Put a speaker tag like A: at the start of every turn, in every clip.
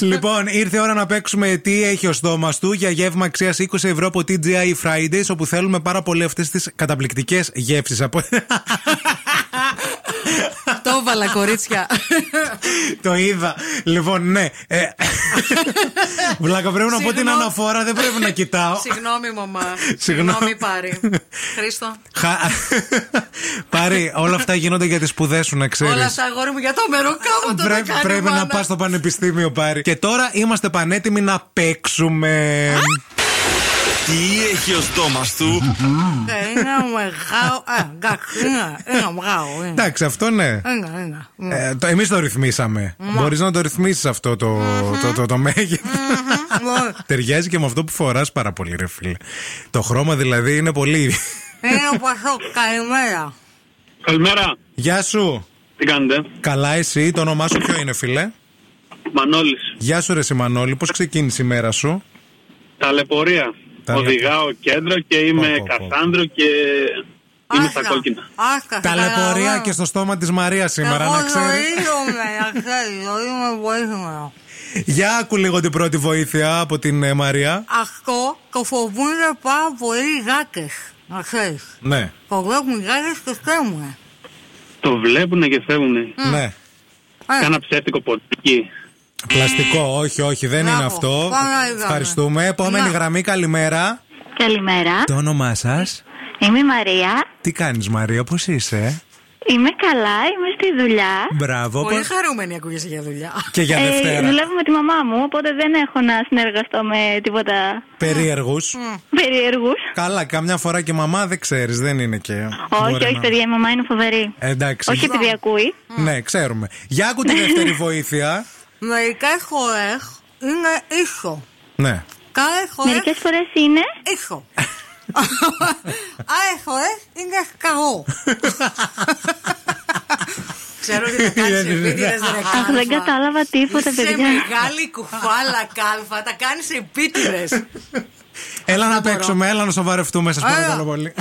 A: λοιπόν, ήρθε η ώρα να παίξουμε τι έχει ο στόμα του για γεύμα αξίας 20 ευρώ από TGI Fridays, όπου θέλουμε πάρα πολύ αυτές τις καταπληκτικές γεύσεις από.
B: Το έβαλα, κορίτσια.
A: Το είδα. Λοιπόν, ναι. Ε, Βλάκα, πρέπει να πω την
B: Συγγνώμη.
A: αναφορά, δεν πρέπει να κοιτάω.
B: Συγγνώμη, μαμά.
A: Συγγνώμη.
B: Συγγνώμη, πάρει. Χρήστο.
A: Χα- Πάρη, όλα αυτά γίνονται για τις σπουδές σου, να ξέρεις.
B: Όλα αυτά, αγόρι μου, για το μεροκάμα το
A: Πρέπει,
B: κάνει,
A: πρέπει
B: μάνα.
A: να πας στο πανεπιστήμιο, Πάρη. Και τώρα είμαστε πανέτοιμοι να παίξουμε.
C: Τι έχει ο στόμας του.
B: Ε, Ένα μεγάλο. ε, εντάξει, Ένα ένα μεγάλο. ε.
A: Εντάξει, αυτό ναι.
B: Ένα, ένα. ε.
A: Ε, το, εμείς το ρυθμίσαμε.
B: Ναι.
A: Μπορείς να το ρυθμίσεις αυτό το, το, το, το μέγεθος. Ταιριάζει και με αυτό που φοράς πάρα πολύ ρε φίλε. Το χρώμα δηλαδή είναι πολύ...
B: Είναι ο Πασόκ, καλημέρα.
D: Καλημέρα.
A: Γεια σου.
D: Τι κάνετε,
A: Καλά εσύ, το όνομά σου ποιο είναι φίλε.
D: Μανώλης.
A: Γεια σου ρε Σιμανόλη, πώς ξεκίνησε η μέρα σου.
D: Ταλαιπωρία.
A: Ταλαι-
D: Οδηγάω κέντρο και είμαι
A: Πω, πω, πω.
D: Κασάνδρο και είμαι στα
B: Άστα,
D: κόκκινα.
B: άστα, σε
A: Ταλαιπωρία
B: καταλαβαίνω.
A: και στο στόμα της Μαρίας σήμερα
B: Εγώ
A: να ξέρεις.
B: ζωήζομαι, να ξέρεις, ζωήζομαι πολύ σήμερα.
A: Για άκου λίγο την πρώτη βοήθεια από την ε, Μαρία.
B: Αυτό το φοβούνται πάρα πολύ οι γάτες, να ξέρεις.
A: Ναι,
B: Το βλέπουν οι γάτες και στέμουνε.
D: Το βλέπουνε και φεύγουνε.
A: ναι.
B: Ε,
D: Κάνα ψεύτικο ποτίκι.
A: Πλαστικό, όχι, όχι, δεν
B: Μπράβο.
A: είναι αυτό.
B: Πάμε να είδαμε.
A: Ευχαριστούμε. Επόμενη
B: Να.
A: γραμμή, καλημέρα.
E: Καλημέρα.
A: Το όνομά σας.
E: Είμαι η Μαρία.
A: Τι κάνεις Μαρία, πώς είσαι.
E: Είμαι καλά, είμαι στη δουλειά.
A: Μπράβο.
B: Πολύ
A: πώς-
B: χαρούμενη ακούγεσαι για δουλειά.
A: Και για
E: Ε,
A: Δευτέρα.
E: δουλεύω με τη μαμά μου, οπότε δεν έχω να συνεργαστώ με τίποτα
A: Περίεργους.
E: περίεργους.
A: Καλά, καμιά φορά και μαμά δεν ξέρεις, δεν είναι και...
E: Όχι,
A: μπορεί
E: όχι,
A: να- Ε,
E: παιδιά, η μαμά είναι φοβερή.
A: Εντάξει.
E: Όχι επειδή ακούει.
A: Ναι, ξέρουμε. Για άκου τη δεύτερη βοήθεια.
B: Μερικές χώρες είναι ίσο.
A: Ναι.
B: Κάθε χώρες
E: Μερικέ φορές είναι.
B: ίσο. Άλλες χώρες ε, είναι σκαγό. Ξέρω ότι θα κάνεις
A: Δεν είναι.
B: επίτηδες ρε
E: Αχ,
B: κάλφα.
E: δεν κατάλαβα τίποτα,
B: Είσαι
E: παιδιά.
B: μεγάλη κουφάλα κάλφα, τα κάνεις επίτηδες.
A: Έλα να
B: μπορώ.
A: παίξουμε, έλα να σοβαρευτούμε, σας
B: Έλα.
A: παρακαλώ πολύ.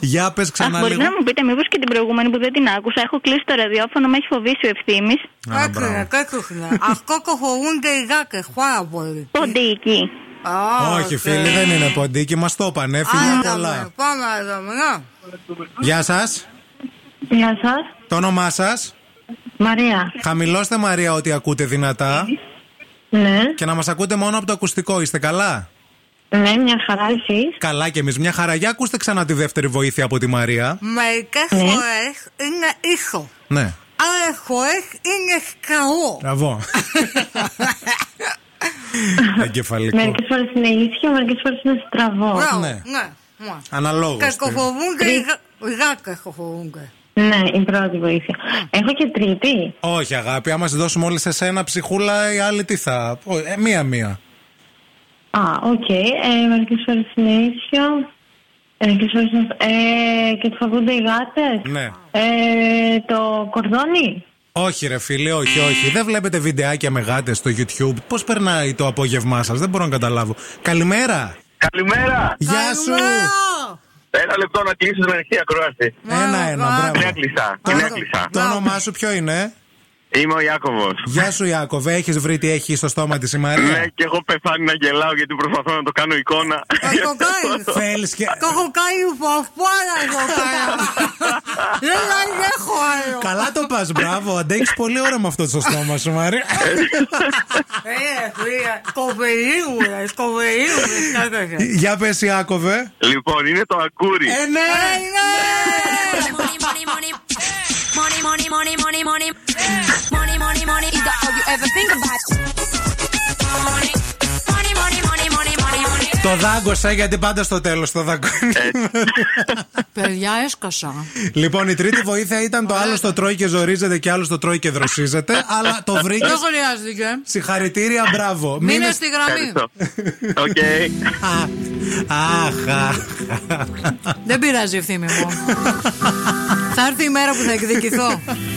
A: Για πες
E: Αχ,
A: ξανά
E: μπορείτε
A: λίγο.
E: να μου πείτε, μήπως και την προηγούμενη που δεν την άκουσα. Έχω κλείσει το ραδιόφωνο, με έχει φοβήσει ο ευθύνη.
A: Α,
B: Κάκρινε,
A: μπράβο.
B: κάκρινε. Αυτό το φοβούν και οι γάκες πάρα πολύ.
A: Ε.
E: Ποντίκι.
B: Α,
A: Όχι
B: οκ.
A: φίλοι, δεν είναι ποντίκι, μας το είπανε,
B: Άρα,
A: φιλιά
B: ναι,
A: πολλά.
B: Πάμε να δούμε, να.
A: Γεια σας,
F: Γεια σας.
A: το όνομά σας.
F: Μαρία.
A: Χαμηλώστε Μαρία ό,τι ακούτε δυνατά
F: Ναι.
A: και να μας ακούτε μόνο από το ακουστικό, είστε καλά.
F: Ναι, μια χαρά εσείς.
A: Καλά κι εμείς, μια χαρά. Για ακούστε ξανά τη δεύτερη βοήθεια από τη Μαρία.
B: Μερικές φορές είναι ίσο.
A: Ναι,
B: Άλλες φορές είναι σκαγό.
A: μπραβό.
E: Ναι,
A: Εγκεφαλικό.
F: Μερικές φορές είναι ίσιο, μερικές φορές είναι στραβό.
B: Μπράβο,
A: ναι.
B: ναι. ναι.
A: Αναλόγως. τι.
B: Κακοφοβούν και οι γα- οι γάκες κοφοβούν και.
F: Ναι, η πρώτη βοήθεια. Έχω και τρίτη.
A: Όχι αγάπη, άμα σε δώσουμε όλες εσένα ψυχούλα, η άλλη τι θα... Ω, ε, μία-μία.
F: Α, οκ. Ε, μερικές φορές είναι ίσιο. Μερικές φορές είναι. Ε, και φοβούνται οι γάτες.
A: Ναι.
F: Ε, το κορδόνι.
A: Όχι ρε φίλε, όχι, όχι. Δεν βλέπετε βιντεάκια με γάτες στο YouTube. Πώς περνάει το απόγευμά σας, δεν μπορώ να καταλάβω. Καλημέρα.
G: Καλημέρα!
A: Γεια σου.
B: Καλημέρα.
G: Ένα λεπτό να κλείσει με ανοιχτή ακρόαση.
A: Ένα-ένα,
B: Μπράβο.
A: μπράβο.
G: Την έκλεισα, την
B: Μπράβο.
G: έκλεισα.
A: Το όνομά σου ποιο είναι.
G: Είμαι ο Ιάκωβος.
A: Γεια σου Ιάκωβε, έχεις βρει τι έχει στο στόμα της η
G: Ναι,
A: Μαρία.
G: και εγώ πεθάνει να γελάω γιατί προσπαθώ να το κάνω εικόνα.
B: Θα το κάνεις.
A: Θέλεις και...
B: Το έχω κάνει παπάρα εδώ πέρα. Δεν αντέχω άλλο.
A: Καλά το πας, μπράβο. Αντέχεις πολύ ώρα με αυτό στο στόμα σου, Μαρία.
B: Ε, φίλε, σκοβερή μου, ρε, σκοβερή μου, ρε,
A: Ε,
B: σκάκασε.
A: Για πες Ιάκωβε.
G: Λοιπόν, είναι το ακούρι.
A: Ε, ναι.
B: Ε, ναι.
H: Money, money, money. Money, money, money, money, money. Money, money, money is the all you ever think about. Money, money, money, money, money, money,
A: Το
H: money.
A: δάγκωσα γιατί πάντα στο τέλος το δαγκώνει.
B: Παιδιά, έσκασα.
A: λοιπόν, η τρίτη βοήθεια ήταν το άλλο στο τρώει και ζορίζεται και άλλο στο τρώει και δροσίζεται. αλλά το βρήκε.
B: Δεν χρειάζεται. ε?
A: Συγχαρητήρια, μπράβο.
B: Μείνε στη γραμμή.
G: Ευχαριστώ. Οκ.
A: Αχα.
B: Δεν πειράζει ευθύνη μου. Θα έρθει η μέρα που θα εκδικηθώ.